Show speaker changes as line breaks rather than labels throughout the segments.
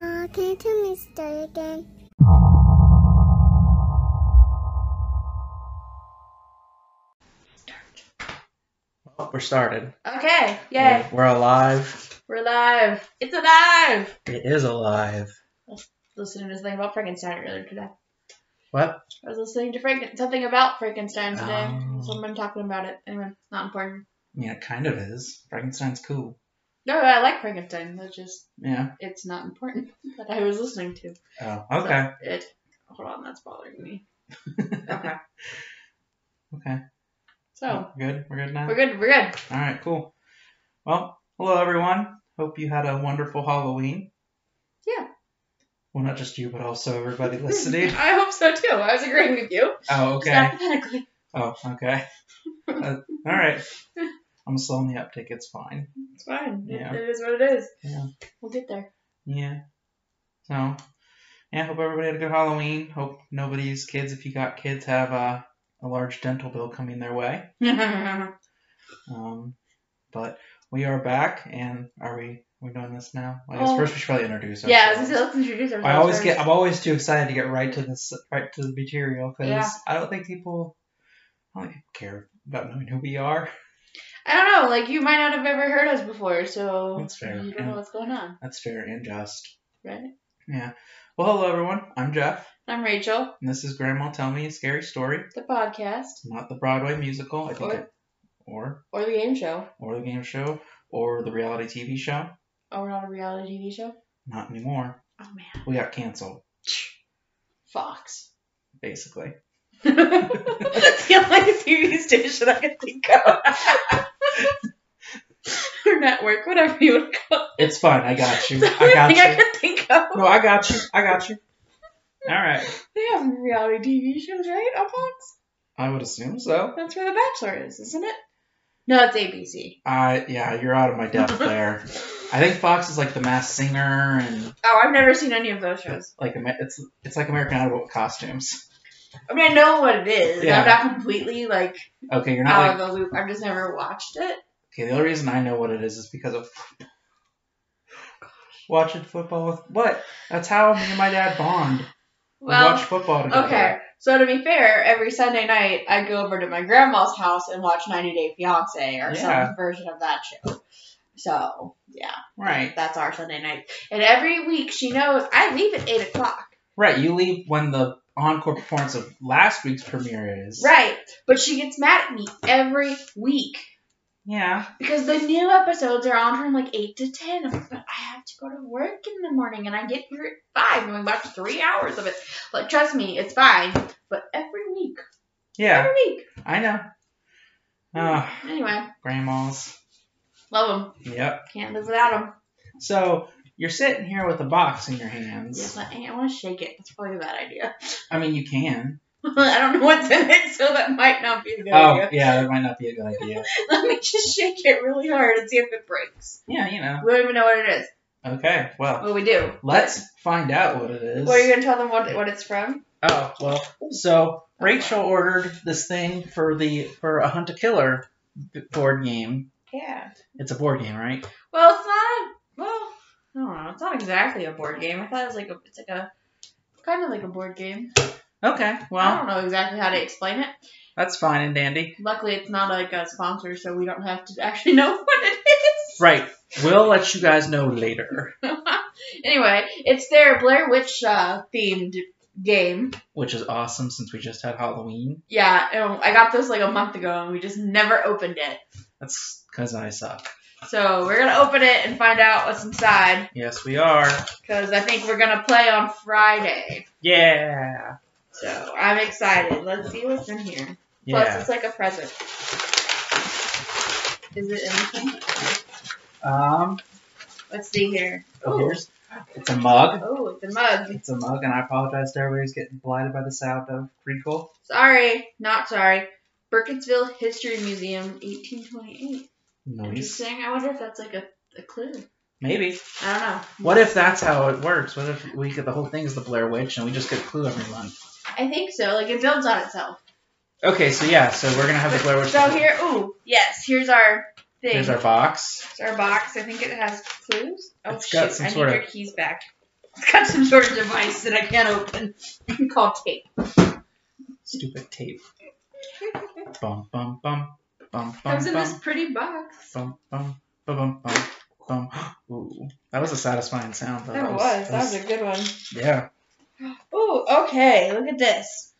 Uh, can you tell me a story again?
Well, we're started.
Okay, yay.
We're, we're alive.
We're live. It's alive.
It is alive.
Listening to something about Frankenstein earlier today.
What?
I was listening to Franken- something about Frankenstein today.
Oh.
Someone talking about it. Anyway, it's not important.
Yeah, it kind of is. Frankenstein's cool.
No, I like Frankenstein. That's just
Yeah.
it's not important that I was listening to.
Oh,
So,
okay.
it. Hold on, that's bothering me. Okay.
Okay.
So
We're good. We're good now.
we're good. We're good.
All right. Cool. Well, hello everyone. Hope you had a wonderful Halloween.
Yeah.
Well, not just you, but also everybody listening.
I hope so too. I was agreeing with you.
oh,
Just
okay.
hypothetically.
Oh, okay. Uh, all right. I'm slow on the uptick. It's fine.
It's fine. It-
Yeah.
it is what it is.
Yeah.
We'll get there.
Yeah. So, yeah, hope everybody had a good Halloween. Hope nobody's kids, if you got kids, have a, a large dental bill coming their way. Um, but we are back, and are we? We're doing this now. I guess
Oh.
first we should probably introduce
yeah, I
ourselves.
was gonna say, let's introduce ourselves.
I always
first.
get. I'm always too excited to get right to this, right to the material, because
Yeah.
I don't think people, I don't think people care about knowing who we are.
I don't know, like you might not have ever heard us before, so
That's fair,
you don't
yeah.
know what's going on,
That's fair and just.
right?
Well, hello everyone. I'm Jeff,
I'm Rachel,
and this is Grandma Tell Me a Scary Story.
the podcast,
not the Broadway musical. I think
Or-
it, or
or the game show.
or the game show or the reality TV show.
Oh, we're not a reality TV show?
Not anymore.
Oh man.
We got canceled
Fox.
basically.
it's the only TV station I can think of. or network, whatever you would call it.
It's fine. I got you.
It's the
I got
only thing I
you.
can think of.
No, I got you. I got you. All right.
They have reality TV shows, right? On Fox?
I would assume so.
That's where The Bachelor is, isn't it? No, it's ABC.
I yeah, you're out of my depth there. I think Fox is like the Masked Singer and
Oh, I've never seen any of those shows.
like Amer- it's it's like American Idol with costumes.
I mean, I know what it is.
Yeah.
I'm not completely like
Okay, you're not
out
like
of the loop. I've just never watched it.
okay. The only reason I know what it is is because of watching football with what? That's how me and my dad bond. we
Well,
watch football together.
okay. So to be fair, every Sunday night I go over to my grandma's house and watch 90 Day Fiance or
Yeah.
some version of that show. So yeah,
Right.
that's our Sunday night. And every week she knows I leave at eight o'clock.
Right. You leave when the encore performance of last week's premiere is.
Right. But she gets mad at me every week
Yeah.
because the new episodes are on from like eight to ten. I'm like, but I have to go to work in the morning, and I get here at five, and we watch three hours of it. Like, trust me, it's fine. But every week,
Yeah.
every week.
I know. Oh,
Anyway,
grandmas.
love them.
Yep.
Can't live without them.
So you're sitting here with a box in your hands.
Yes, I, I want to shake it. That's probably a bad idea.
I mean, you can.
I don't know what's in it, so that might not be a good
Oh,
idea.
yeah. That might not be a good idea.
Let me just shake it really hard and see if it breaks.
Yeah. You know.
We don't even know what it is.
Okay. Well,
Well, we do.
let's find out what it is.
What are you gonna tell them what what it's from?
Oh well. So Rachel ordered this thing for the for a hunt a killer board game.
Yeah.
It's a board game, right?
Well, it's not. A, well, I don't know. It's not exactly a board game. I thought it was like a. It's like a kind of like a board game.
Okay.
I
Well,
don't know exactly how to explain it.
that's fine and dandy.
Luckily, it's not like a sponsor, so we don't have to actually know what it is.
Right. We'll let you guys know later,
anyway, it's their Blair Witch uh, themed game.
which is awesome since we just had Halloween.
Yeah, um, I got this like a month ago, and we just never opened it.
That's because I suck.
So we're gonna open it and find out what's inside,
Yes, we are.
because I think we're gonna play on Friday.
Yeah.
So I'm excited. Let's see what's in here. Plus,
Yeah.
it's like a present. Is it anything?
Um.
Let's see here.
Oh, here's. It's a mug.
Oh, it's a mug.
It's a mug, and I apologize to everybody who's getting blinded by the sound of crinkle.
Sorry, not sorry. Burkittsville History Museum, 1828.
Nice.
Interesting. I wonder if that's like a, a clue.
Maybe.
I don't know.
What if that's how it works? What if we get the whole thing is the Blair Witch and we just get a clue every month?
I think so. Like it builds on itself.
Okay, so yeah, so we're gonna have the Blair Witch.
So here, ooh, yes. Here's our thing.
Here's our box.
It's our box. I think it has clues. Oh
It's
shoot!
got some
I need
sort
your
of-
keys back. It's got some sort of device that I can't open called tape.
Stupid tape. Bum bum bum bum bum
Comes in
bum,
this pretty box.
bum bum bum bum bum bum. Ooh, that was a satisfying sound. though.
That was. That was a good one.
yeah.
Oh, okay. Look at this.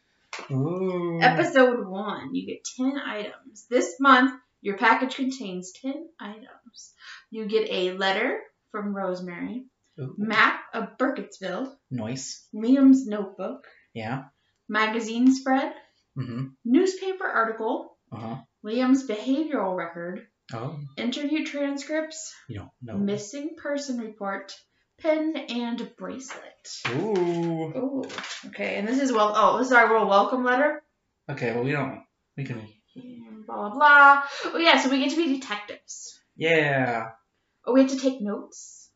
Ooh.
Episode one, you get 10 items. This month, your package contains 10 items. You get a letter from Rosemary,
Ooh.
map of Burkittsville,
Noise.
Liam's notebook,
Yeah.
magazine spread,
Mm-hmm.
newspaper article,
Uh huh.
Liam's behavioral record,
Oh,
interview transcripts,
you don't know.
missing person report, pen and bracelet.
Ooh.
Ooh, okay. And this is well. Oh, this is our little welcome letter.
Okay, well we don't. We can.
Blah blah blah. Oh yeah, so we get to be detectives.
Yeah.
Oh, we have to take notes.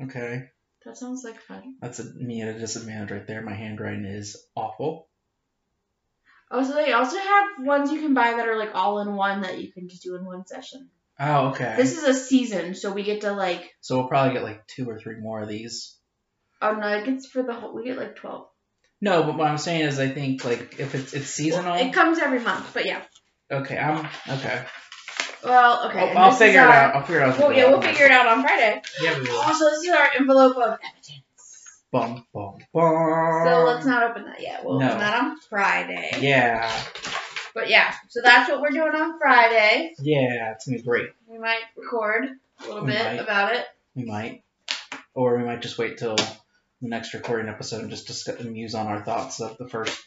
Okay.
That sounds like fun.
That's a, me at a disadvantage right there. My handwriting is awful.
Oh, so they also have ones you can buy that are like all in one that you can just do in one session.
Oh, okay.
This is a season, so we get to like
so we'll probably get like two or three more of these.
oh no, it gets for the whole. We get like twelve.
No, but what I'm saying is, I think like if it's it's seasonal.
It comes every month, but yeah.
Okay, I'm okay.
Well, okay. and
I'll, I'll
this is
figure it
our-
out. I'll figure it out. as we
Well,
go
yeah, we'll
along.
figure it out on Friday.
Yeah, we will.
Also, this is our envelope of evidence.
Bum bum bum.
So let's not open that yet. We'll
Um, No.
open that on Friday.
Yeah,
But yeah, so that's what we're doing on Friday.
yeah, it's gonna be great.
We might record a little
We
bit
might.
about it.
We might, or we might just wait till the next recording episode and just discuss and muse on our thoughts of the first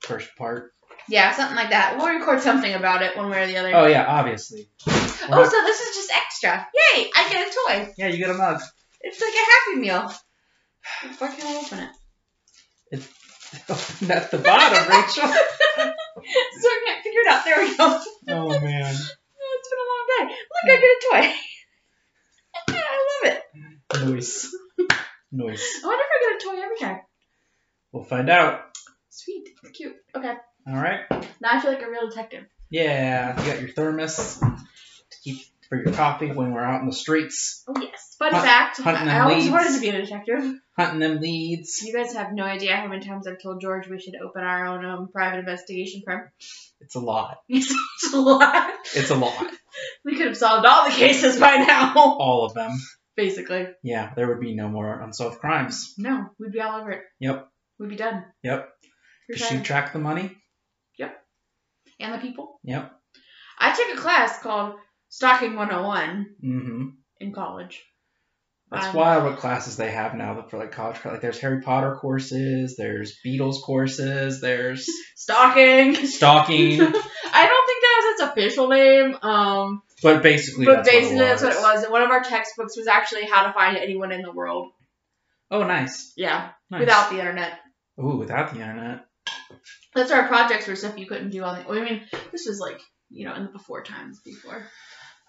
first part.
Yeah, something like that. We'll record something about it one way or the other.
Oh yeah, obviously.
Oh,
We're not-
so this is just extra. Yay! I get a toy.
yeah, you get a mug.
It's like a Happy Meal. Why can't I open it?
At the bottom, Rachel.
So I can't figure it out. There we go.
Oh man.
It's been a long day. Look, I get a toy. I love it.
Noise. Noise.
I wonder if I get a toy every time.
We'll find out.
Sweet. Cute. Okay.
All right.
Now I feel like a real detective.
Yeah, you got your thermos to keep for your coffee when we're out in the streets
Oh, yes. Fun
Hunt-
fact.
hunting
I, I
them
always
leads.
wanted to be a detective.
hunting them leads.
You guys have no idea how many times I've told George we should open our own um, private investigation firm.
It's a lot.
It's a lot.
It's a lot.
We could have solved all the cases by now.
All of them.
Basically.
Yeah, there would be no more unsolved crimes.
No, we'd be all over it.
Yep.
We'd be done.
Yep.
We're
Because you
fine.
track the money.
And the people.
Yep.
I took a class called Stalking 101
Mm-hmm.
in college.
That's
Um,
wild what classes they have now that for like college. Like there's Harry Potter courses, there's Beatles courses, there's
Stalking.
stalking.
I don't think that was its official name. Um,
but basically,
but
that's what it
basically that's what it
was.
was. One of our textbooks was actually How to Find Anyone in the World.
Oh, nice.
Yeah.
nice.
Without the internet.
Ooh, without the internet.
That's our projects were stuff you couldn't do on the. I mean, this was like, you know, in the before times before.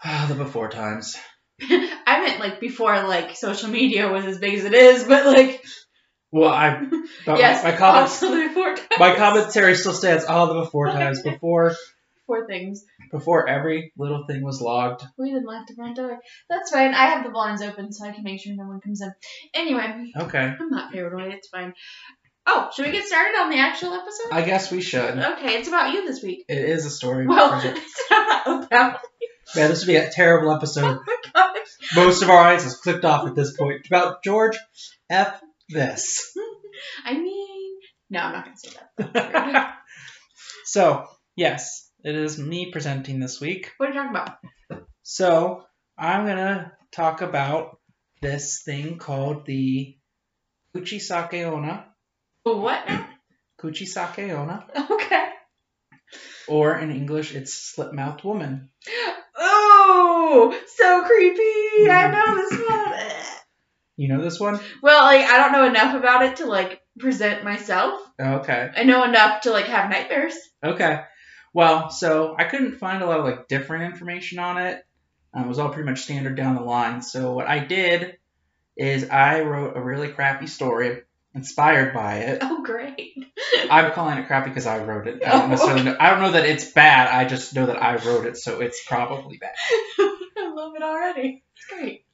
Ah, the before times.
I meant like before like social media was as big as it is, but like
Well, I but
yes,
Oh, my, my comments
also the before
my commentary still stands. All the before times before
four things.
before every little thing was logged.
We didn't like the front door. That's fine. I have the blinds open so I can make sure no one comes in. Anyway,
Okay,
I'm not paranoid. It's fine. Oh, should we get started on the actual episode?
I guess we should.
okay, it's about you this week.
It is a story.
Well,
project.
it's not about.
man, this would be a terrible episode.
gosh.
Most of our eyes is clicked off at this point about George F. This.
I mean, no, I'm not gonna say that.
so yes, it is me presenting this week.
What are you talking about?
So I'm gonna talk about this thing called the Kuchisake Ona,
What? now?
Kuchisake Ona,
Okay.
or in English it's slit mouthed woman.
Oh, so creepy. I
Hmm.
know this one.
You know this one?
Well, like I don't know enough about it to like present myself.
Okay.
I know enough to like have nightmares.
Okay. Well, so I couldn't find a lot of like different information on it. Um, it was all pretty much standard down the line. So what I did is I wrote a really crappy story inspired by it.
Oh, great.
I'm calling it crappy because I wrote it. I
Oh.
don't necessarily know, I don't know that it's bad. I just know that I wrote it, so it's probably bad.
I love it already. It's great.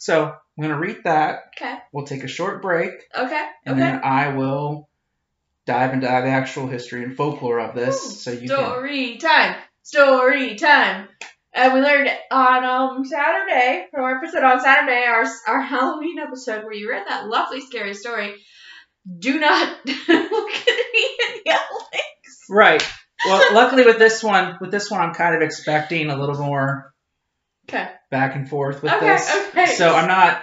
So I'm going to read that.
Okay.
We'll take a short break,
Okay.
and
okay.
then I will dive into the actual history and folklore of this
Ooh,
so you can.
Story time. Story time. And we learned on um, Saturday, from our episode on Saturday, our, our Halloween episode where you read that lovely scary story. Do not look at me and yell.
Right. Well, luckily with this one, with this one, I'm kind of expecting a little more
Okay.
back and forth with
Okay,
this.
okay.
So I'm not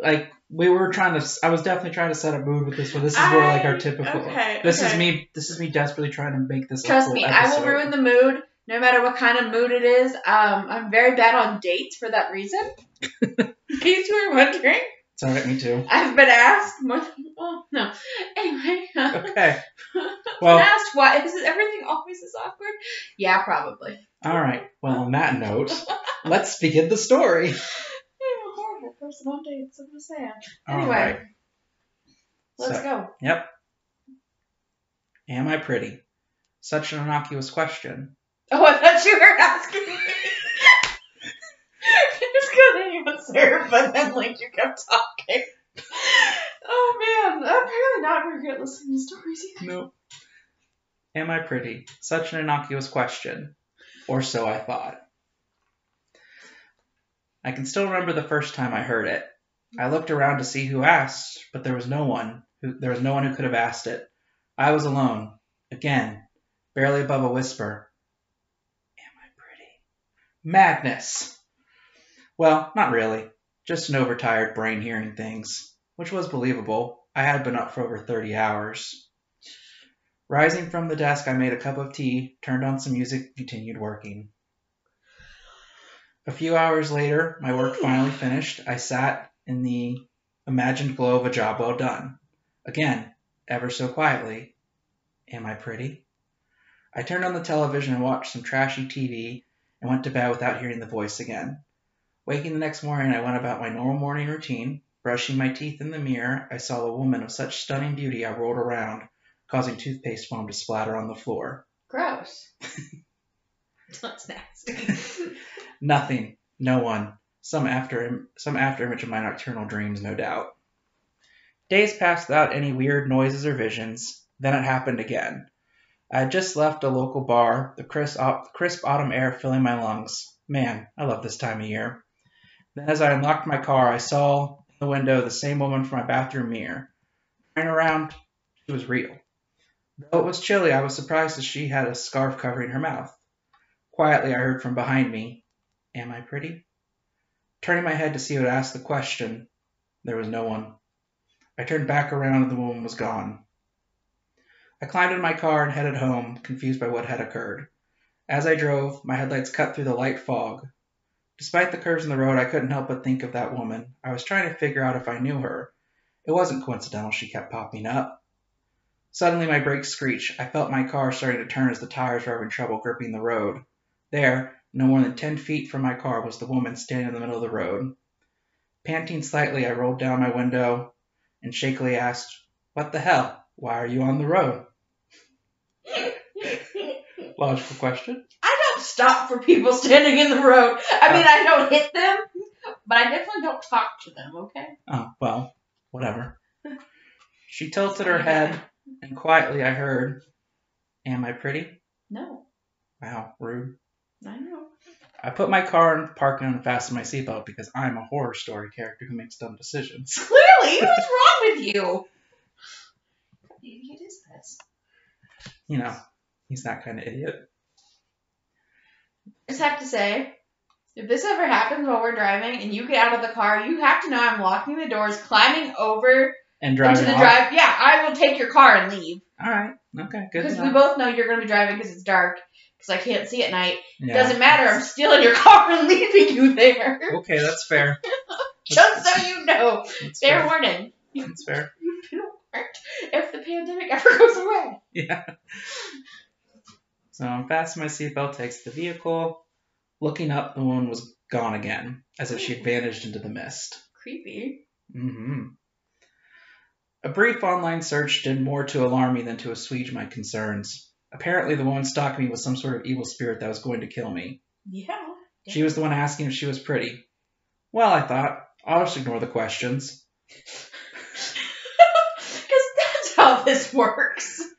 like we were trying to. I was definitely trying to set a mood with this one. This is more like our
I-
typical.
Okay,
This
okay.
is me. This is me desperately trying to make this. a
Trust
full
me, I will
episode.
ruin the mood no matter what kind of mood it is. Um, I'm very bad on dates for that reason. In case you were wondering,
It's all right. Me too.
I've been asked more than. Well, no. Anyway.
Okay.
Well,
Well,
asked why is everything always this awkward? Yeah, probably.
all right. Well, on that note, let's begin the story.
I'm a horrible person on dates. I'm just saying.
All
Anyway,
right.
let's
So-
go.
Yep. Am I pretty? Such an innocuous question.
Oh, I thought you were asking me. I was gonna answer, but then like you kept talking. Oh man, apparently not very good at listening to stories either.
No. Am I pretty? Such an innocuous question. Or so I thought. I can still remember the first time I heard it. I looked around to see who asked, but there was no one. Who, there was no one who could have asked it. I was alone, again, barely above a whisper. Am I pretty? Madness! Well, not really. Just an overtired brain hearing things, which was believable. I had been up for over 30 hours. Rising from the desk, I made a cup of tea, turned on some music, and continued working. A few hours later, my work finally finished. I sat in the imagined glow of a job well done. Again, ever so quietly. Am I pretty? I turned on the television and watched some trashy TV and went to bed without hearing the voice again. Waking the next morning, I went about my normal morning routine. Brushing my teeth in the mirror, I saw a woman of such stunning beauty I rolled around, causing toothpaste foam to splatter on the floor.
Gross. That's nasty.
Nothing. No one. Some after some after image of my nocturnal dreams, no doubt. Days passed without any weird noises or visions. Then it happened again. I had just left a local bar, the crisp, au- crisp autumn air filling my lungs. Man, I love this time of year. Then, as I unlocked my car, I saw in the window the same woman from my bathroom mirror. Turning around, she was real. Though it was chilly, I was surprised that she had a scarf covering her mouth. Quietly, I heard from behind me, Am I pretty? Turning my head to see who had asked the question, there was no one. I turned back around and the woman was gone. I climbed in my car and headed home, confused by what had occurred. As I drove, my headlights cut through the light fog. Despite the curves in the road, I couldn't help but think of that woman. I was trying to figure out if I knew her. It wasn't coincidental she kept popping up. Suddenly, my brakes screeched. I felt my car starting to turn as the tires were having trouble gripping the road. There, no more than ten feet from my car, was the woman standing in the middle of the road. Panting slightly, I rolled down my window and shakily asked, What the hell? Why are you on the road? Logical question.
I don't stop for people standing in the road. I mean, I don't hit them, but I definitely don't talk to them. Okay.
Oh, well, whatever. She tilted her head, and quietly I heard, Am I pretty?
No,
Wow, rude.
I know.
I put my car in park and unfastened my seatbelt because I'm a horror story character who makes dumb decisions.
Clearly, what's wrong with you? What idiot is this?
You know, he's that kind of idiot.
just have to say, if this ever happens while we're driving and you get out of the car, you have to know I'm locking the doors, climbing over
And
into
driving
the
off.
drive. Yeah, I will take your car and leave
All right. Okay. Good.
because
to
we
know.
both know you're going to be driving because it's dark. Because I can't see at night.
Yeah.
Doesn't matter. I'm stealing your car and leaving you there.
Okay, that's fair.
Just so you know,
That's
fair
fair.
warning.
That's fair.
You've been warned. If the pandemic ever goes away,
So I'm fastening my seatbelt, takes the vehicle. Looking up, the woman was gone again, as if she had vanished into the mist.
creepy.
hmm A brief online search did more to alarm me than to assuage my concerns. Apparently, the woman stalked me with some sort of evil spirit that was going to kill me.
Yeah.
She was the one asking if she was pretty. Well, I thought, I'll just ignore the questions.
Because that's how this works.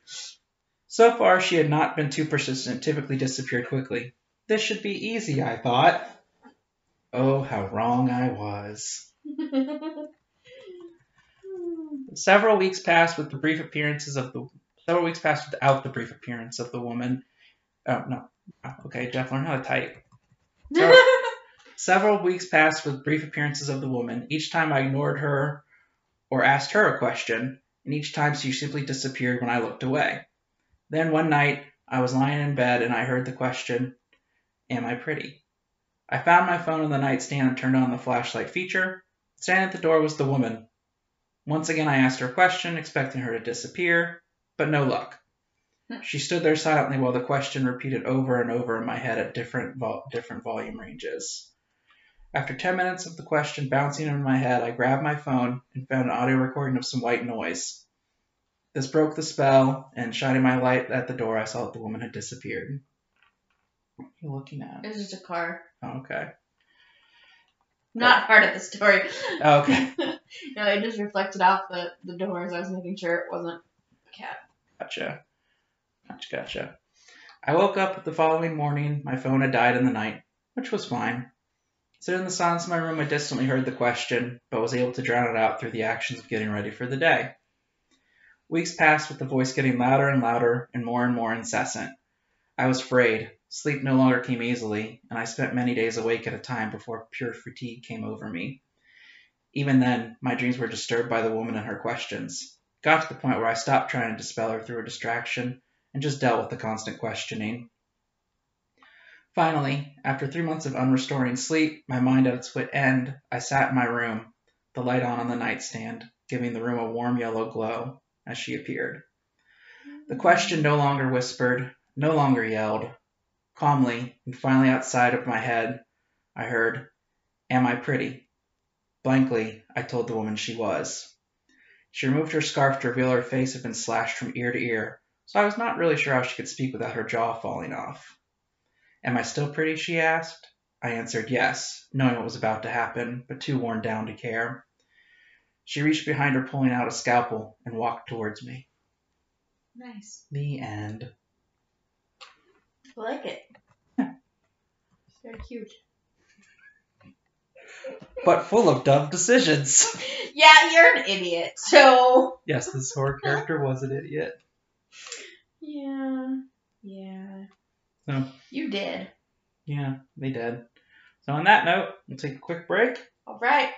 So far, she had not been too persistent, typically disappeared quickly. This should be easy, I thought. Oh, how wrong I was. Several weeks passed with the brief appearances of the several weeks passed without the brief appearance of the woman. Oh no. Oh, Okay, Jeff, learn how to type. Several weeks passed with brief appearances of the woman. Each time I ignored her or asked her a question, and each time she simply disappeared when I looked away. Then one night, I was lying in bed and I heard the question, Am I pretty? I found my phone on the nightstand and turned on the flashlight feature. Standing at the door was the woman. Once again, I asked her a question, expecting her to disappear, but no luck. She stood there silently while the question repeated over and over in my head at different vol- different volume ranges. After 10 minutes of the question bouncing in my head, I grabbed my phone and found an audio recording of some white noise. This broke the spell, and shining my light at the door, I saw that the woman had disappeared. What are you looking at?
it's just a car.
Oh, okay.
Not part of the story.
Oh, okay.
no, it just reflected off the, the doors. I was making sure it wasn't a cat.
Gotcha. Gotcha, gotcha. I woke up the following morning. My phone had died in the night, which was fine. Sitting in the silence of my room, I distantly heard the question, but was able to drown it out through the actions of getting ready for the day. Weeks passed with the voice getting louder and louder and more and more incessant. I was afraid. Sleep no longer came easily, and I spent many days awake at a time before pure fatigue came over me. Even then, my dreams were disturbed by the woman and her questions got to the point where I stopped trying to dispel her through a distraction and just dealt with the constant questioning. Finally, after three months of unrestoring sleep, my mind at its wit end, I sat in my room, the light on on the nightstand, giving the room a warm yellow glow as she appeared. The question no longer whispered, no longer yelled. Calmly, and finally outside of my head, I heard, Am I pretty? Blankly, I told the woman she was. She removed her scarf to reveal her face had been slashed from ear to ear, so I was not really sure how she could speak without her jaw falling off. Am I still pretty? she asked. I answered yes, knowing what was about to happen, but too worn down to care. She reached behind her, pulling out a scalpel, and walked towards me.
Nice.
The end.
I like it. It's very cute.
But full of dumb decisions.
Yeah, you're an idiot. So.
yes, this horror character was an idiot.
Yeah. Yeah.
No.
You did.
Yeah, they did. So, on that note, we'll take a quick break.
All right.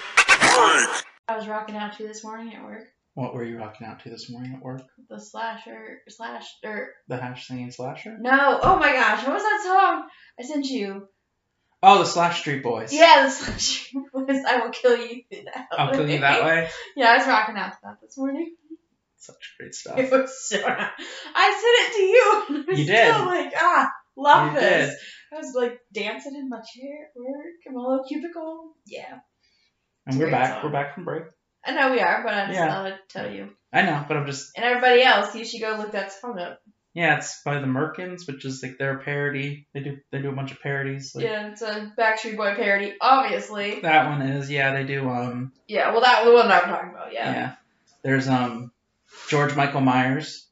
I was rocking out to this morning at work.
What were you rocking out to this morning at work?
The slasher, slash, or
The hash singing slasher?
no, oh my gosh, what was that song I sent you?
Oh, the Slash Street Boys.
Yeah, the slasher was I will kill you through that.
I'll kill you that way.
Yeah, I was rocking out to that this morning.
Such great stuff.
It was so. I sent it to you. and I was
You did.
Still like ah, love
You
this. I was like dancing in my chair at work in my little cubicle. Yeah,
And we're
Great
back.
song.
We're back from break.
I know we are, but I just
Yeah.
thought I'd tell you.
I know, but I'm just
And everybody else, you should go look that song up.
yeah. It's by the Merkins, which is like their parody. They do they do a bunch of parodies. Like,
Yeah, it's a Backstreet Boy parody, obviously.
That one is yeah. They do um
Yeah, well, that was the one that I'm talking about.
yeah.
Yeah.
There's um George Michael Myers.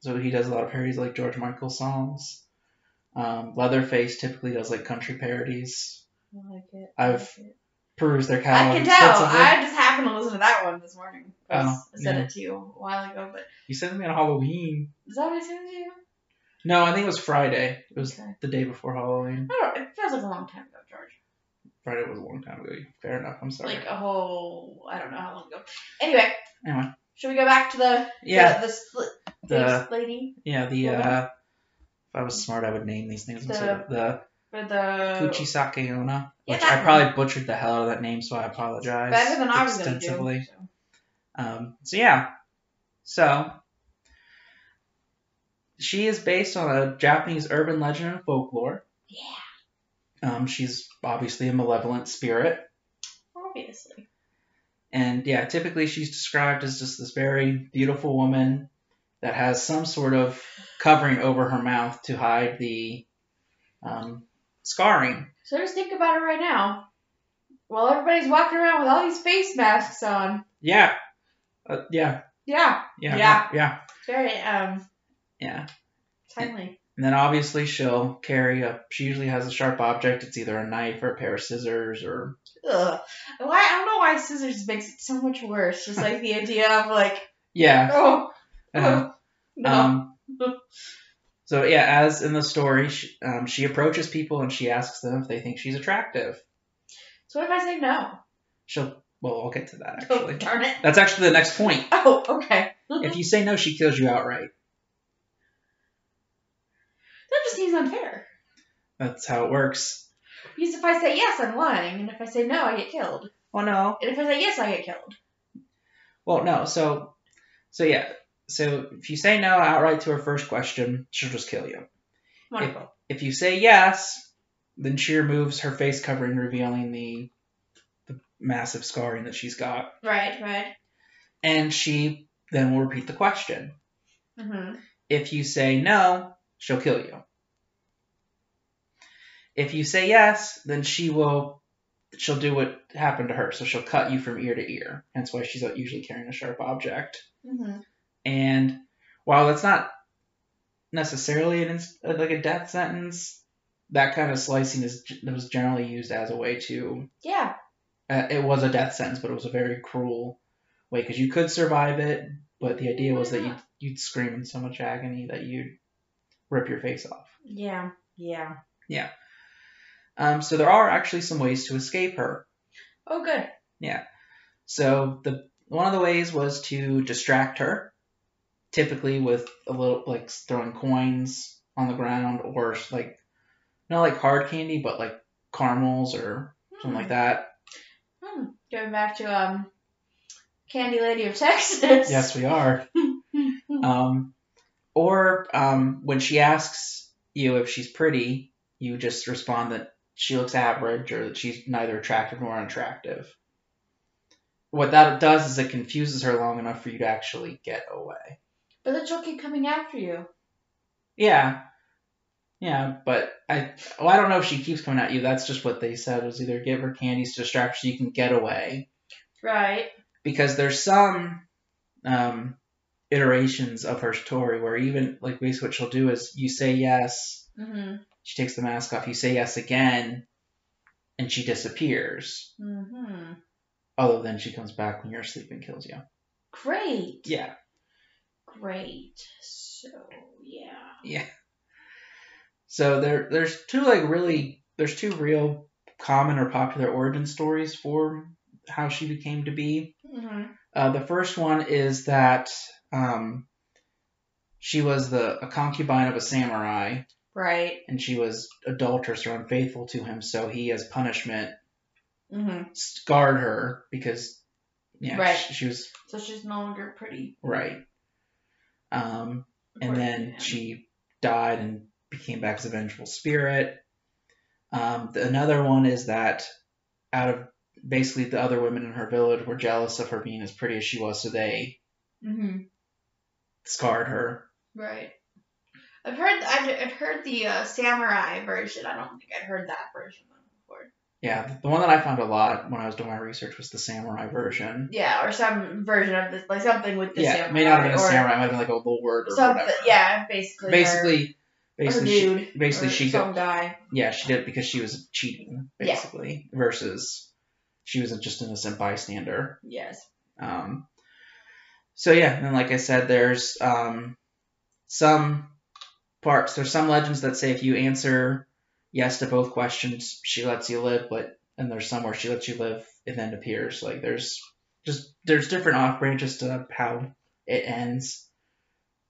So he does a lot of parodies like George Michael songs. Um, Leatherface typically does like country parodies.
I like it.
I've
I, like it.
Peruse their
I
catalog
can tell.
extensively.
I just happened to listen to that one this morning. I was-
Oh,
I sent
yeah.
it to you a while ago, but
You sent me on Halloween.
is that what I sent it to you?
No, I think it was Friday. It was
Okay.
the day before Halloween.
I don't. It feels like a long time ago, George.
Friday was a long time ago. Fair enough. I'm sorry.
Like a whole. I don't know how long ago. Anyway.
Anyway.
Should we go back to the
yeah,
the, the, sl-
the
the lady
yeah the
Hold on.
uh, if I was smart, I would name these things.
The-
So the
for the
Kuchisake Ona,
Yeah,
which
that
I probably butchered the hell out of that name, so I apologize
better than I was gonna do.
extensively.
so.
Um, so yeah, so she is based on a Japanese urban legend and folklore.
Yeah,
Um, she's obviously a malevolent spirit.
obviously.
And yeah, typically she's described as just this very beautiful woman that has some sort of covering over her mouth to hide the um, scarring.
So just think about it right now. While everybody's walking around with all these face masks on.
Yeah. Uh, yeah.
Yeah.
Yeah.
Yeah.
Yeah.
It's very um
Yeah.
timely.
And then obviously she'll carry a. She usually has a sharp object. It's either a knife or a pair of scissors or.
Ugh. Why I don't know why scissors makes it so much worse. Just like the idea of like
Yeah.
oh,
uh,
oh no.
Um, so yeah, as in the story, she, um, she approaches people and she asks them if they think she's attractive.
so what if I say no?
She'll. Well, I'll get to that
Oh
actually.
darn it.
That's actually the next point.
Oh, okay.
If you say no, she kills you outright.
That just seems unfair.
That's how it works.
Because if I say yes, I'm lying, and if I say no, I get killed.
Well, no.
And if I say yes, I get killed.
Well, no. So, so yeah. So if you say no outright to her first question, she'll just kill you.
Wonderful.
If you say yes, then she removes her face covering, revealing the the massive scarring that she's got,
Right, right.
and she then will repeat the question.
Mm-hmm.
If you say no, she'll kill you. If you say yes, then she will she'll do what happened to her, so she'll cut you from ear to ear. That's why she's usually carrying a sharp object.
Mm-hmm.
And while that's not necessarily an ins- uh, like a death sentence, that kind of slicing is g- was generally used as a way to.
Yeah.
Uh, it was a death sentence, but it was a very cruel way because you could survive it, but the idea was that you'd, you'd scream in so much agony that you'd rip your face off.
Yeah. Yeah.
Um, so there are actually some ways to escape her.
Oh, good.
So the one of the ways was to distract her, typically with a little like throwing coins on the ground or like not like hard candy, but like caramels or something like that.
Hmm. Going back to um, Candy Lady of Texas.
Yes, we are. um, or um, when she asks you if she's pretty, you just respond that she looks average or that she's neither attractive nor unattractive. What that does is it confuses her long enough for you to actually get away.
But then she'll keep coming after you.
Yeah. Yeah, but I well, I don't know if she keeps coming at you. That's just what they said was either give her candies to distract her so you can get away.
Right.
Because there's some um iterations of her story where even like basically what she'll do is you say yes,
Mm-hmm.
she takes the mask off, you say yes again, and she disappears.
Mm-hmm.
Although then she comes back when you're asleep and kills you.
Great.
Yeah.
Great. So, yeah.
So there there's two like really there's two real common or popular origin stories for how she became to be.
Mm-hmm.
Uh, the first one is that um, she was the a concubine of a samurai,
Right.
and she was adulterous or unfaithful to him. So he, as punishment,
Mm-hmm.
scarred her because yeah,
Right.
she, she was
So she's no longer pretty.
right. Um, and
Or-
then
yeah.
she died and became back as a vengeful spirit. Um, the, another one is that out of basically the other women in her village were jealous of her being as pretty as she was, so they
Mm-hmm.
scarred her
Right. I've heard I've I've heard the uh, samurai version. I don't think I've heard that version before.
Yeah, the one that I found a lot when I was doing my research was the samurai version.
Yeah, or some version of this, like something with the
yeah,
samurai.
it may not have been a
or
samurai, it might have been like a lord or
Something.
whatever.
Yeah, basically. or-
Basically, basically,
or
she,
dude,
basically
or
she
some
got,
guy.
yeah, she did it because she was cheating,
Yeah.
basically, versus she was just an innocent bystander.
Yes.
Um, so yeah, and then like I said, there's um, some parts. There's some legends that say if you answer yes to both questions, she lets you live. But and there's some where she lets you live and then appears. Like there's just there's different off branches to how it ends.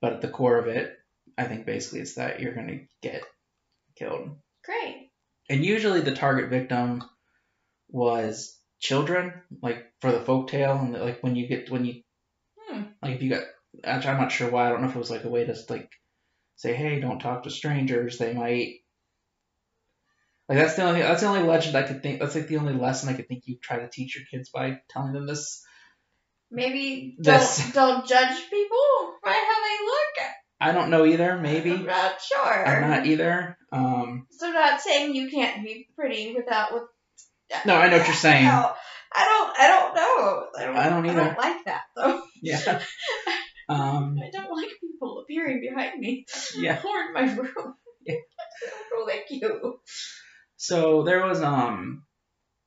But at the core of it, I think basically it's that you're gonna get killed.
Great.
And usually the target victim was children, like for the folktale, and like when you get when you
Hmm.
like if you got actually I'm not sure why I don't know if it was like a way to like say hey don't talk to strangers they might like that's the only that's the only legend I could think that's like the only lesson I could think you try to teach your kids by telling them this
Maybe don't
This-
don't judge people by how they look.
I don't know either. Maybe.
I'm not sure.
I'm not either. Um,
So I'm not saying you can't be pretty without with.
No, I know what you're saying.
No, I don't. I don't know. I don't,
I don't
I
either.
don't like that though.
yeah. Um,
I don't like people appearing behind me
yeah.
or in my room.
Yeah.
oh, thank you.
So there was um,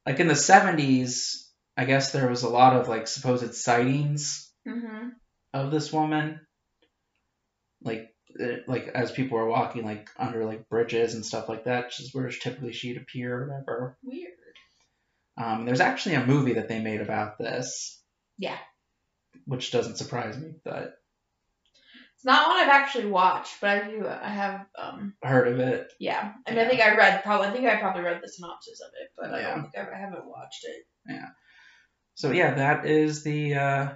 like in the 70s, I guess there was a lot of like supposed sightings
Mm-hmm.
of this woman, like uh, like as people were walking like under like bridges and stuff like that, which is where typically she'd appear or whatever.
Weird.
Um, there's actually a movie that they made about this.
Yeah.
Which doesn't surprise me, but
It's not one I've actually watched, but I do. I have. Um.
heard of it.
Yeah. I mean,
Yeah.
I think I read. Probably. I think I probably read the synopsis of it, but I
Yeah.
don't think I've, I haven't watched it.
So yeah, that is the uh,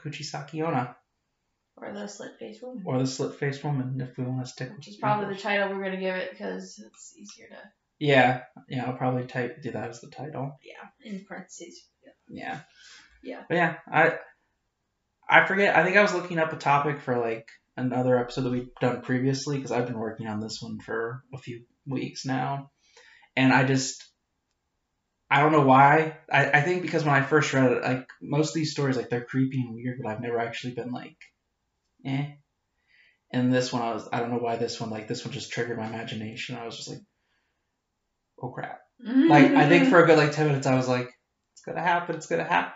Kuchisaki Onna,
Or the slit face woman.
or the slit-faced woman, if we want to stick. with
Which is probably the title we're gonna give it because it's easier to
Yeah, yeah, I'll probably type do that as the title.
yeah in parentheses. Yeah.
Yeah.
Yeah.
But yeah, I I forget. I think I was looking up a topic for like another episode that we've done previously because I've been working on this one for a few weeks now, and I just I don't know why. I, I think because when I first read it, like most of these stories, like they're creepy and weird, but I've never actually been like, eh. And this one, I was I don't know why this one like this one just triggered my imagination. I was just like, oh crap like I
Mm-hmm.
think for a good like ten minutes I was like, it's gonna happen, it's gonna happen.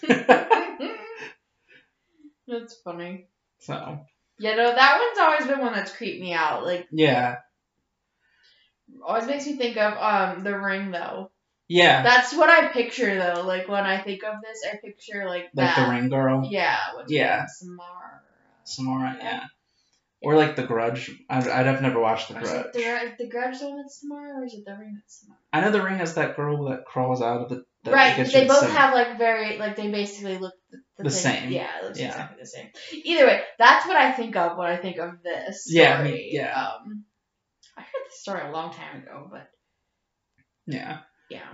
That's funny.
So
Yeah, no, that one's always been one that's creeped me out. Like,
yeah,
always makes me think of um the ring though.
yeah,
That's what I picture though. Like when I think of this, I picture like
like
that.
the ring girl,
Yeah. What's
Yeah.
Samara.
Samara, yeah, or like the Grudge. I I'd have never watched the
Or is it
Grudge.
the, Gr- the grudge the one that's Samara, or is it the ring that's Samara?
I know the ring is that girl that crawls out of the. the
right.
kitchen
They both
sink.
have like very like they basically look the,
The
thing-
same.
Yeah, it looks
Yeah.
exactly the same. Either way, that's what I think of when I think of this. Story.
Yeah, me- yeah.
Um, I heard this story a long time ago, but
Yeah,
yeah,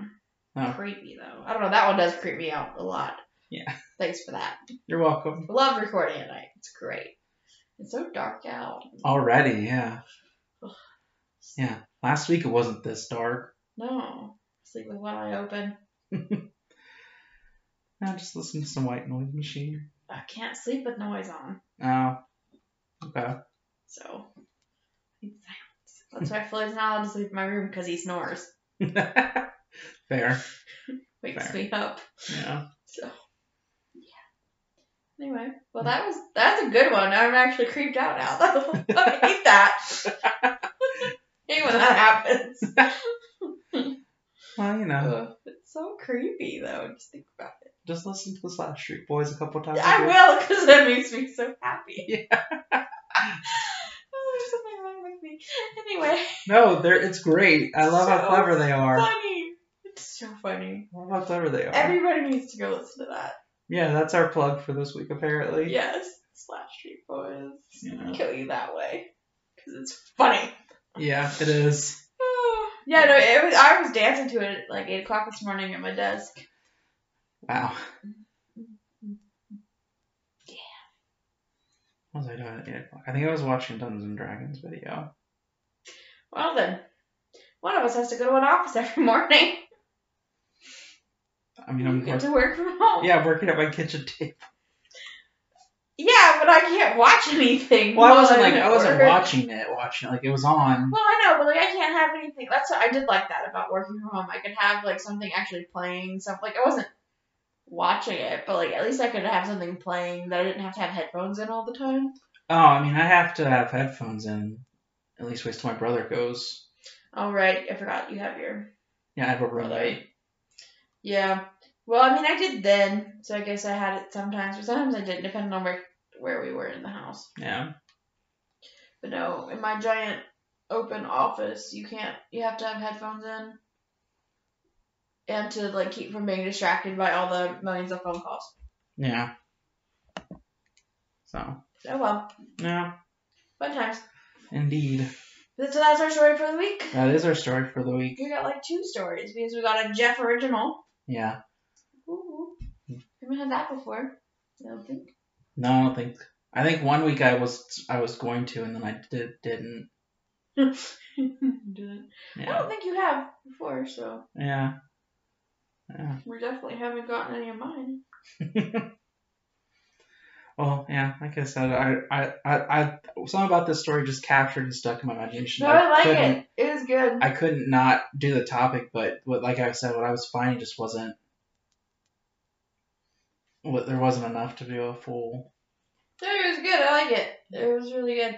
Oh.
creepy though. I don't know. That one does creep me out a lot.
Yeah.
Thanks for that.
you're welcome.
Love recording at night. It's great. It's so dark out.
Already, yeah, yeah. Last week it wasn't this dark.
No. Sleep with one eye open.
I just listen to some white noise machine.
I can't sleep with noise on.
Oh, okay.
So I need silence. That's why Floyd's not allowed to sleep in my room because he snores.
Fair.
wakes
Fair.
me up.
Yeah.
So yeah. Anyway,
Hmm.
well that was that's a good one. I'm actually creeped out now. I hate that. hate when that happens.
Well, you know,
Ugh, it's so creepy though. Just think about it.
just listen to the Slash Street Boys a couple times. a
I
day.
will because that makes me so happy.
Yeah.
Oh, There's something wrong with me. Anyway,
No, they're it's great. I love how
So
clever they are. I
funny. It's so funny.
love how clever they are.
Everybody needs to go listen to that.
yeah, that's our plug for this week apparently.
Yes, slash Street Boys.
Yeah.
Kill you that way. Because it's funny.
Yeah, it is.
yeah, no, it was. I was dancing to it at like eight o'clock this morning at my desk.
Wow.
Yeah.
What was I doing at 8 o'clock? I think I was watching Dungeons and Dragons video.
Well then, one of us has to go to an office every morning.
I mean,
You
I'm
get
work-
to work from home.
yeah, I'm working at my kitchen table.
Yeah, but I can't watch anything.
Well, I
while
wasn't
I'm
like
at
I wasn't
work.
watching it, watching it. Like it was on.
Well, I know, but like I can't have anything. That's what I did like that about working from home. I could have like something actually playing stuff. Like I wasn't watching it, but like at least I could have something playing that I didn't have to have headphones in all the time.
Oh, I mean, I have to have headphones in. At least waits till my brother goes.
All right, I forgot you have your
Yeah, I have a roommate.
yeah. Well, I mean, I did then, so I guess I had it sometimes, but sometimes I didn't, depending on where where we were in the house.
Yeah.
But no, in my giant open office, you can't. You have to have headphones in, and to like keep from being distracted by all the millions of phone calls.
Yeah. So,
Oh well,
yeah,
fun times.
indeed.
So that's our story for the week.
That is our story for the week.
We got like two stories because we got a Jeff original.
Yeah.
Ooh, haven't had that before. I don't think.
No, I don't think I think one week I was I was going to, and then I did, didn't.
Didn't- I
Yeah,
don't think you have before, so
yeah, yeah.
we definitely haven't gotten any of mine.
Well, yeah. Like I said, I, I, I, I something about this story just captured and stuck in my imagination.
No, I like
couldn't-
it. It is good.
I couldn't not do the topic, but what, like I said, what I was finding just wasn't. What there wasn't enough to do a full.
No, it was good. I like it. It was really good.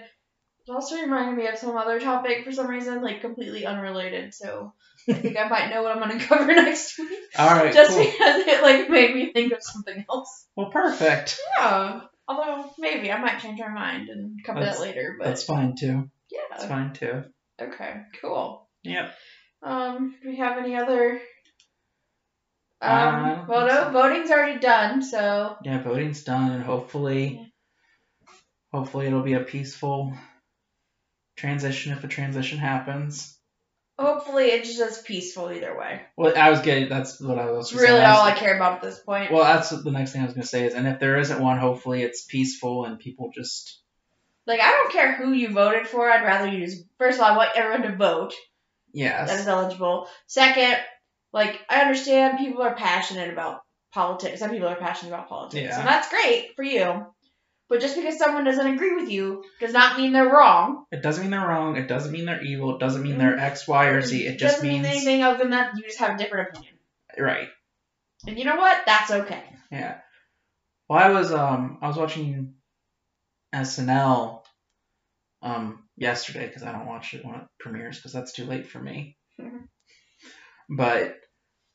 It also reminded me of some other topic for some reason, like completely unrelated. So I think I might know what I'm gonna cover next week,
All right,
just
cool.
because it like made me think of something else.
Well, perfect.
Yeah. Although maybe I might change my mind and cover
That's-
that later. But
That's fine too. That's
yeah.
fine too.
Okay. Cool.
Yep.
Um. Do we have any other?
Uh,
Um. well, no. Voting's already done. So
Yeah, voting's done, and hopefully, hopefully it'll be a peaceful transition if a transition happens.
hopefully it's just peaceful either way.
Well, I was getting. That's what I was.
It's really
saying. I was-
all I care about at this point.
Well, that's what the next thing I was gonna say is, and if there isn't one, hopefully it's peaceful and people just
Like, I don't care who you voted for. I'd rather you just, first of all, I want everyone to vote that
Yes.
is eligible. Second, like, I understand people are passionate about politics. Some people are passionate about politics.
Yeah.
And that's great for you. But just because someone doesn't agree with you does not mean they're wrong.
It doesn't mean they're wrong. It doesn't mean they're evil. It doesn't mean they're X, Y, or Z. It just
Mm-hmm. doesn't mean
means
anything other than that you just have a different opinion.
right.
And you know what? That's okay.
Yeah. Well, I was um I was watching SNL um yesterday because I don't watch it when it premieres because that's too late for me.
Mhm.
but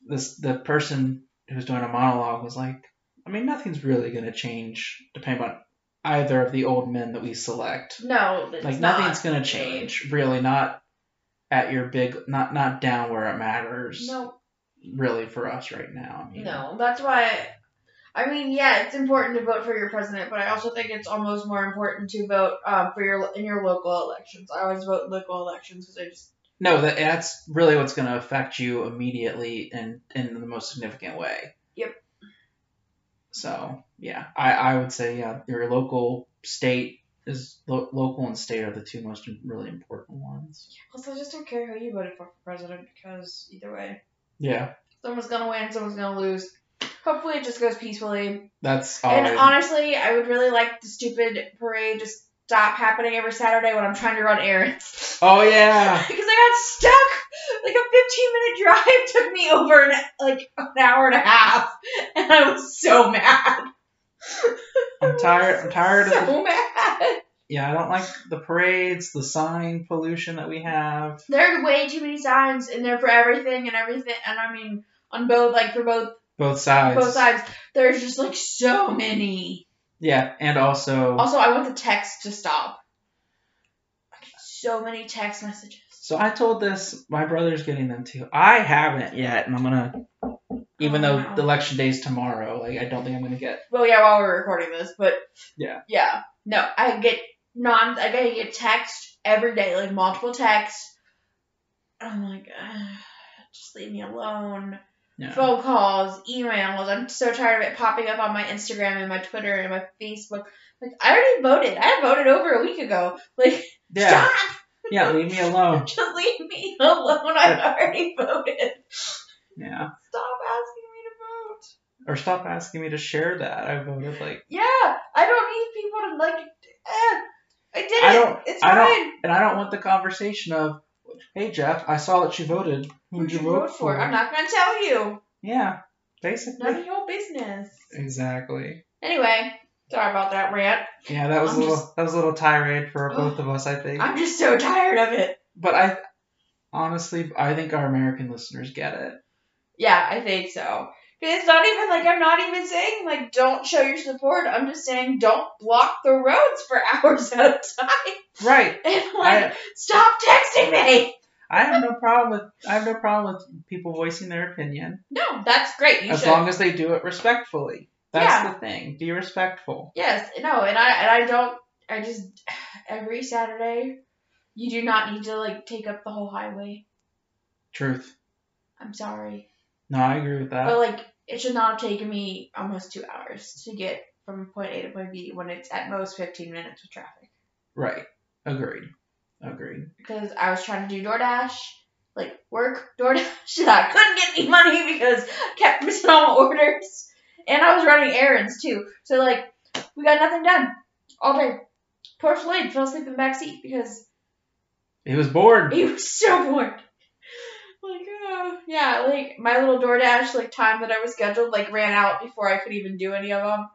this the person who was doing a monologue was like, I mean, nothing's really gonna change depending on either of the old men that we select.
No, it's
like
not.
nothing's gonna change really not at your big not not down where it matters
No,
really for us right now I mean,
no. That's why. I mean, yeah, it's important to vote for your president, but I also think it's almost more important to vote um, for your in your local elections. I always vote in local elections because I just
no that, that's really what's gonna affect you immediately and in the most significant way
Yep.
so yeah i i would say yeah your local state is lo- local and state are the two most really important ones
also I just don't care who you voted for for president because either way,
yeah
someone's gonna win, someone's gonna lose. Hopefully, it just goes peacefully.
that's all
And honestly, I would really like the stupid parade to stop happening every Saturday when I'm trying to run errands.
oh yeah
because I got stuck. Like a 15 minute drive took me over an, like an hour and a half, and I was so mad.
i'm tired i'm tired
so
of the,
mad.
yeah i don't like the parades the sign pollution that we have
There are way too many signs in there for everything and everything, and I mean on both like for both
Both sides.
both sides. There's just like so many.
Yeah, and also,
Also, I want the text to stop. So many text messages.
so I told this. My brother's getting them too. I haven't yet, and I'm gonna. Even
Oh,
though
no.
the election day's tomorrow, like I don't think I'm gonna get.
well, yeah, while we're recording this, but
Yeah.
yeah, no, I get non, I get- I get text every day, like multiple texts. I'm like, "Ugh, just leave me alone.
Yeah.
Phone calls, emails. I'm so tired of it popping up on my Instagram and my Twitter and my Facebook. Like, I already voted. I voted over a week ago. Like,
yeah,
stop.
yeah. Leave me alone.
Just leave me alone. I already voted.
Yeah,
Stop asking me to vote.
or stop asking me to share that. I voted like,
Yeah, I don't need people to like. Eh, I did it.
I don't-
it's
I
fine.
don't- and I don't want the conversation of, "Hey Jeff, I saw that you voted. Who'd
Who'd
you vote for?"
I'm not gonna tell you.
Yeah, basically.
None of your business.
Exactly.
Anyway, sorry about that rant.
Yeah, that was
I'm
a little
just-
that was a little tirade for both of us, I think.
I'm just so tired of it.
but I honestly, I think our American listeners get it.
Yeah, I think so. 'Cause It's not even like I'm not even saying like don't show your support. I'm just saying don't block the roads for hours at a time.
Right.
And like,
I,
stop texting me.
I have no problem with I have no problem with people voicing their opinion
No, that's great. You
as
should.
long as they do it respectfully. That's
Yeah.
the thing. Be respectful.
Yes, no, and I and I don't. I just every Saturday, you do not need to like take up the whole highway.
Truth.
I'm sorry,
No, I agree with that.
Oh. but like it should not have taken me almost two hours to get from point A to point B when it's at most 15 minutes with traffic.
Right. Agreed. Agreed.
Because I was trying to do DoorDash, like work DoorDash, and I couldn't get any money because I kept missing all my orders. And I was running errands too. So, like, we got nothing done all day. Poor Floyd fell asleep in the back seat because
He was bored.
he was so bored. Like, oh, yeah, like my little DoorDash like time that I was scheduled like ran out before I could even do any of them,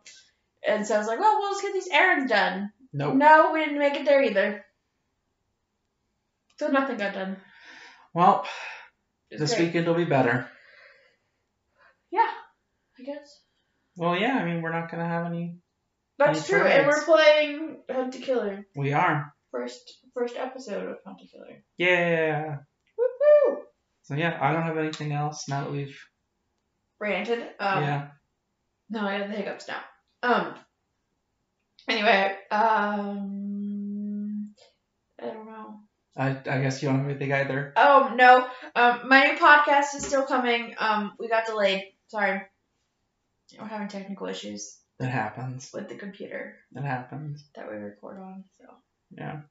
and so I was like, well, we'll just get these errands done.
Nope.
No, we didn't make it there either. So nothing got done.
Well,
It was
this
great.
weekend will be better.
Yeah, I guess
Well, yeah. I mean, we're not gonna have any.
that's
Any
true. And we're
plans?
playing Hunt to Killer
We are.
first first episode of Hunt to Killer.
Yeah.
Woohoo!
So yeah, I don't have anything else now that we've.
Ranted. Um,
yeah.
No, I have the hiccups now. Um. Anyway, um, I don't know.
I, I guess you don't have anything either.
Oh no, um, my new podcast is still coming. Um, we got delayed. Sorry, we're having technical issues
That happens.
with the computer
That happens.
that we record on. So
Yeah.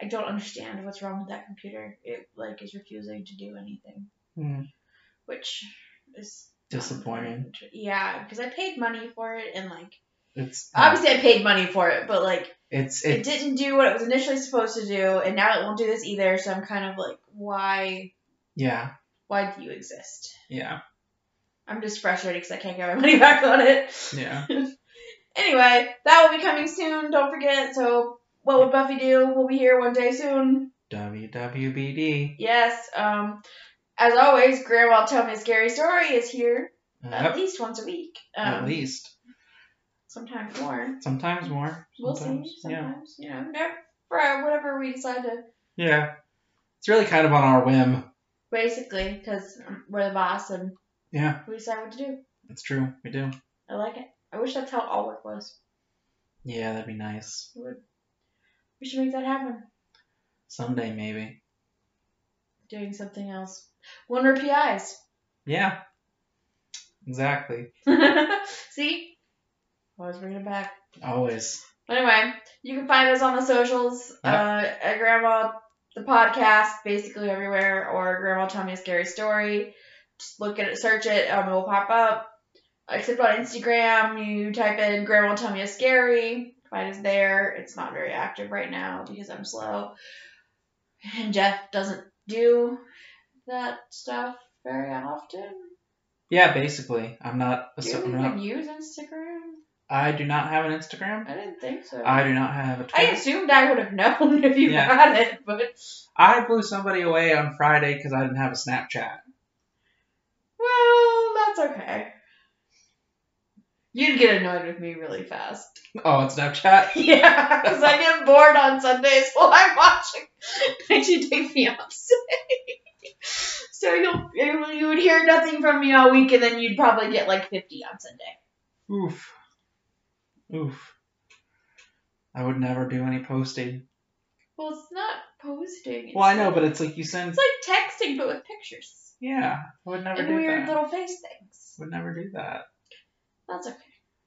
I don't understand what's wrong with that computer. It like is refusing to do anything,
Hmm.
which is
Disappointing.
Yeah, because I paid money for it, and like
It's
obviously I paid money for it, but like.
it's
it
it,
didn't do what it was initially supposed to do, and now it won't do this either. So I'm kind of like, why?
yeah
Why do you exist?
yeah
I'm just frustrated because I can't get my money back on it.
yeah
Anyway, that will be coming soon. Don't forget. So, what would Buffy do? We'll be here one day soon.
WWBD
Yes. Um, as always, Grandma tell me a scary story is here at
Yep,
least once a week. Um,
at least
sometimes more.
sometimes more
We'll
sometimes.
see.
yeah
Sometimes, you know, never, for whatever we decide to.
yeah it's really kind of on our whim
Basically, because we're the boss and
yeah
we decide what to do.
it's true we do
I like it. I wish that's how all work was.
yeah that'd be nice
It would. We should make that happen.
someday maybe
Doing something else. One or PIs.
yeah exactly
See? Always bring it back.
always
Anyway, you can find us on the socials
Yep.
uh, at Grandma the podcast, basically everywhere, or Grandma Tell Me a Scary Story. Just look at it, search it, um, it will pop up. Except on Instagram, you type in Grandma Tell Me a Scary. Find us there. It's not very active right now because I'm slow, and Jeff doesn't do that stuff very often.
yeah basically I'm not
Do you
so, I'm
even
not
use Instagram?
I do not have an Instagram
I didn't think so.
I do not have a
I
Twitter
assumed I would have known if you
Yeah.
had it, but
I blew somebody away on Friday because I didn't have a Snapchat
well, that's okay. You'd get annoyed with me really fast.
oh on Snapchat
Yeah, because I get bored on Sundays while I'm watching 90 Day Fiance. so you'll you you would hear nothing from me all week, and then you'd probably get like 50 on Sunday.
Oof. Oof. I would never do any posting.
Well, it's not posting. It's
Well, I know,
like-
but it's like you send.
it's like texting, but with pictures
Yeah, I would never
and
do
weird
that.
little face things.
Would never do that.
That's okay.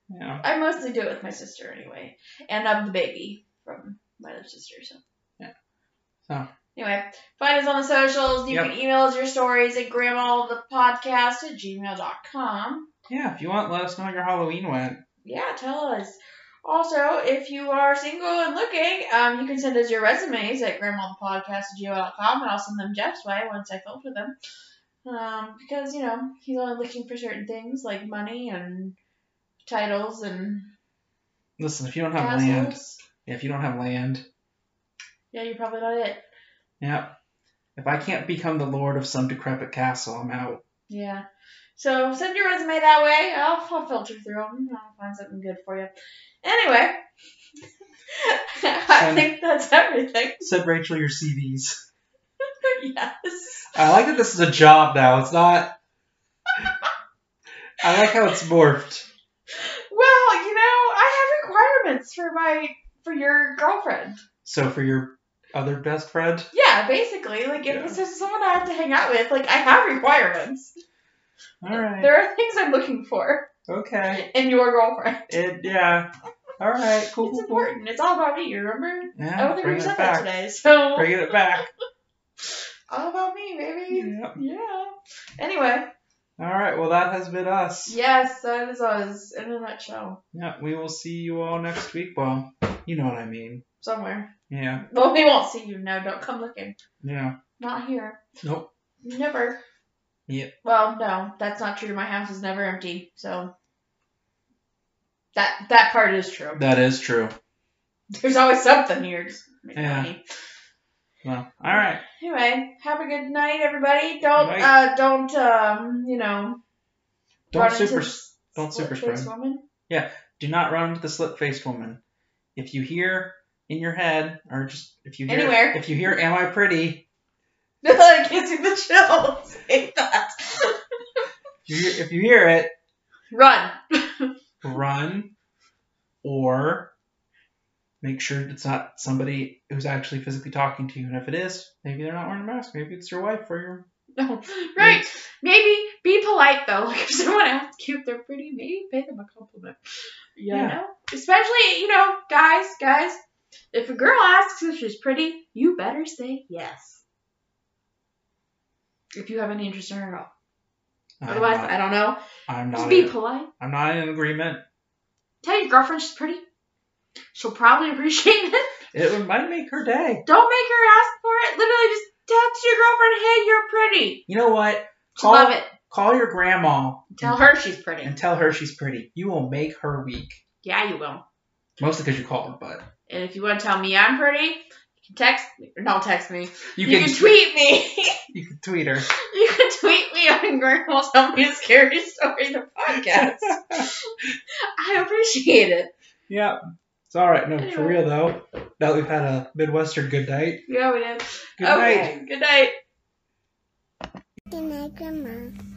Yeah.
I mostly do it with my sister anyway, and I'm the baby from my other sister. So
Yeah. So.
anyway, find us on the socials. You
Yep.
can email us your stories at grandmallthepodcast at gmail.com.
Yeah. If you want, let us know how your Halloween went.
Yeah, tell us. Also, if you are single and looking, um, you can send us your resumes at grandmallthepodcast at gmail.com, and I'll send them Jeff's way once I filter them. Um, because, you know, he's only looking for certain things like money and titles and
Listen, if you don't have land,
castles.
yeah, if you don't have land,
Yeah, you're probably not it.
yeah. If I can't become the lord of some decrepit castle, I'm out.
Yeah. So send your resume that way. I'll, I'll filter through them. I'll find something good for you. Anyway, I
Send-
think that's everything.
Said Rachel, your CVs.
yes.
I like that this is a job now. It's not. I like how it's morphed.
Well, you know, I have requirements for my for your girlfriend.
So for your other best friend.
Yeah, basically, like if
Yeah.
this is someone I have to hang out with, like I have requirements.
All right.
There are things I'm looking for
Okay.
in your girlfriend.
It, yeah. All right. Cool. cool,
It's
cool.
important. It's all about me, you remember? I
Yeah.
don't think
Bring
we said
it
that
back.
today, so
Bring it back.
all about me, baby.
Yep.
Yeah. Anyway,
All right. Well, that has been us.
yes, that is us in a nutshell.
Yeah, we will see you all next week. Well, you know what I mean.
Somewhere.
Yeah,
Well, we won't see you now. Don't come looking.
yeah.
Not here.
Nope.
Never.
Yeah.
Well, no, that's not true. My house is never empty, so that that part is true.
That is true.
There's always something here. Just make
Yeah.
money.
Well, all right.
Anyway, have a good night, everybody. Don't
Night.
uh, don't um, you know.
Don't
run
super-
Into
don't super
split-face
spread.
woman.
Do not run into the slip faced woman. If you hear in your head, or just if you hear,
Anywhere.
if you hear, "Am I pretty?"
I can't see the chills. Hate that.
If you hear, if you hear it,
Run.
run, or make sure it's not somebody who's actually physically talking to you. And if it is, maybe they're not wearing a mask. Maybe it's your wife or your
No. Right. Maybe be polite though. Like if someone asks you if they're pretty, maybe pay them a compliment. You
Yeah.
know? Especially, you know, guys, guys. If a girl asks if she's pretty, you better say yes. If you have any interest in her at all.
I'm
Otherwise,
not,
I don't know.
I'm
Just
not.
be
In,
polite.
I'm not in agreement.
Tell your girlfriend she's pretty. She'll probably appreciate it.
It might make her day.
Don't make her ask for it. Literally just text your girlfriend, hey, you're pretty.
You know what?
She'll
Call,
love it.
call your grandma
Tell her she's pretty.
and tell her she's pretty. You will make her weak.
Yeah, you will.
Mostly because you called her, but
And if you want to tell me I'm pretty, you can text me. Or not text me.
you,
You, can, tweet me.
You can tweet her.
you can tweet me on Grandma Tell Me a Scary Story, the podcast. I appreciate it.
Yeah. It's all right. No, for
Anyway.
real though. Now that we've had a Midwestern good night.
Yeah, we did.
Good night.
okay. Good night.
Good night, Grandma.